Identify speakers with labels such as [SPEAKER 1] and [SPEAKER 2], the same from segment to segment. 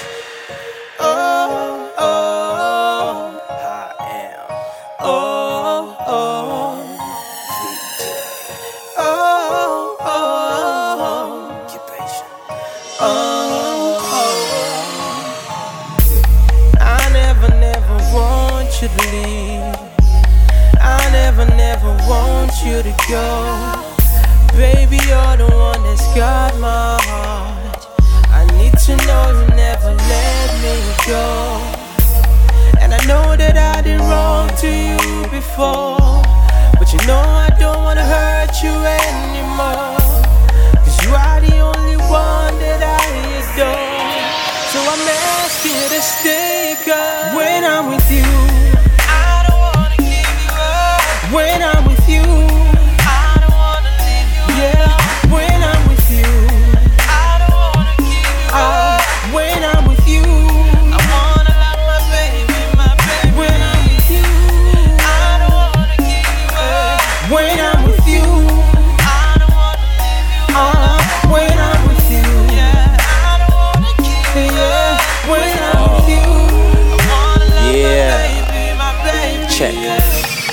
[SPEAKER 1] Oh, Oh, Oh, should leave. I never, never want you to go. Baby, you're the one that's got my heart. I need to know you never let me go. And I know that I did wrong to you before. But you know I don't wanna hurt you anymore. Cause you are the only one that I adore. So I'm asking you to stay, girl. When I'm with you, I don't wanna give you up. When I'm with you, I don't wanna leave you. Yeah, when I'm with you, I don't wanna give you up. Oh, When I'm with you, I wanna love my baby, my baby. When I'm with you, I don't wanna give you up. When I'm with you, I don't wanna leave you. Uh, when I'm with you, yeah, I don't wanna give you up. When I'm with you, I wanna love
[SPEAKER 2] Yeah.
[SPEAKER 1] my baby, my baby.
[SPEAKER 2] Check.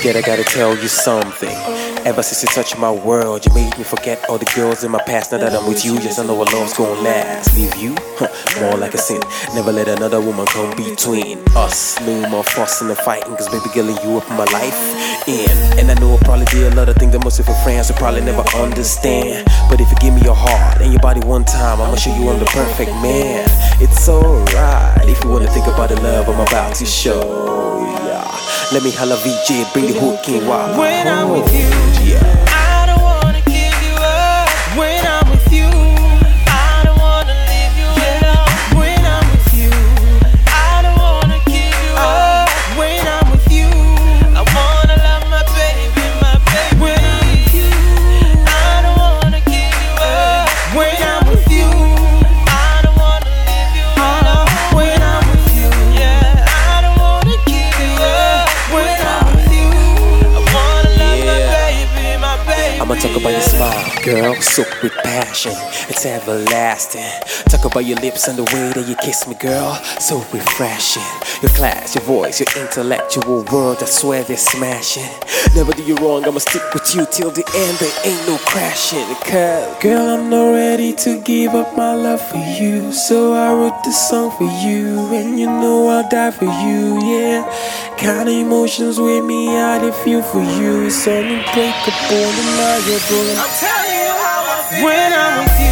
[SPEAKER 2] Yet I gotta tell you something. Ever since you touched my world, you made me forget all the girls in my past. Now that I'm with you, yes, I know our love's gonna last. Leave you? Huh, more like a sin. Never let another woman come between us. No more fussing and fighting, cause baby girl, you up in my life. In. And I know I'll probably be a lot of things that most of your friends will probably never understand. But if you give me your heart and your body one time, I'ma show you I'm the perfect man. It's alright if you wanna think about the love I'm about to show ya. Let me holla VJ, bring the hook in while
[SPEAKER 1] When I'm with you,
[SPEAKER 2] Yeah.
[SPEAKER 1] I don't wanna give you up. When I'm with you, I don't wanna leave you alone. When I'm with you, I don't wanna give you up. When I'm with you, I wanna love my baby, my baby. When I'm with you, I don't wanna give you up. When I'm with you, I don't wanna leave you alone. When I'm with you, yeah, I don't wanna give you up. When I'm with you, I wanna love my
[SPEAKER 2] Yeah.
[SPEAKER 1] baby, my baby.
[SPEAKER 2] I'ma talk about your smile, girl, soaked with passion. It's everlasting. Talk about your lips and the way that you kiss me, girl, so refreshing. Your class, your voice, your intellectual world, I swear they're smashing. Never do you wrong, I'ma stick with you till the end. There ain't no crashing, cause girl, I'm not ready to give up my love for you. So I wrote this song for you, and you know I'll die for you, yeah. Kind of emotions with me, I did feel for you. It's unbreakable, undeniable.
[SPEAKER 1] I'm telling you how I feel when I'm with you.
[SPEAKER 2] Ah, Ah,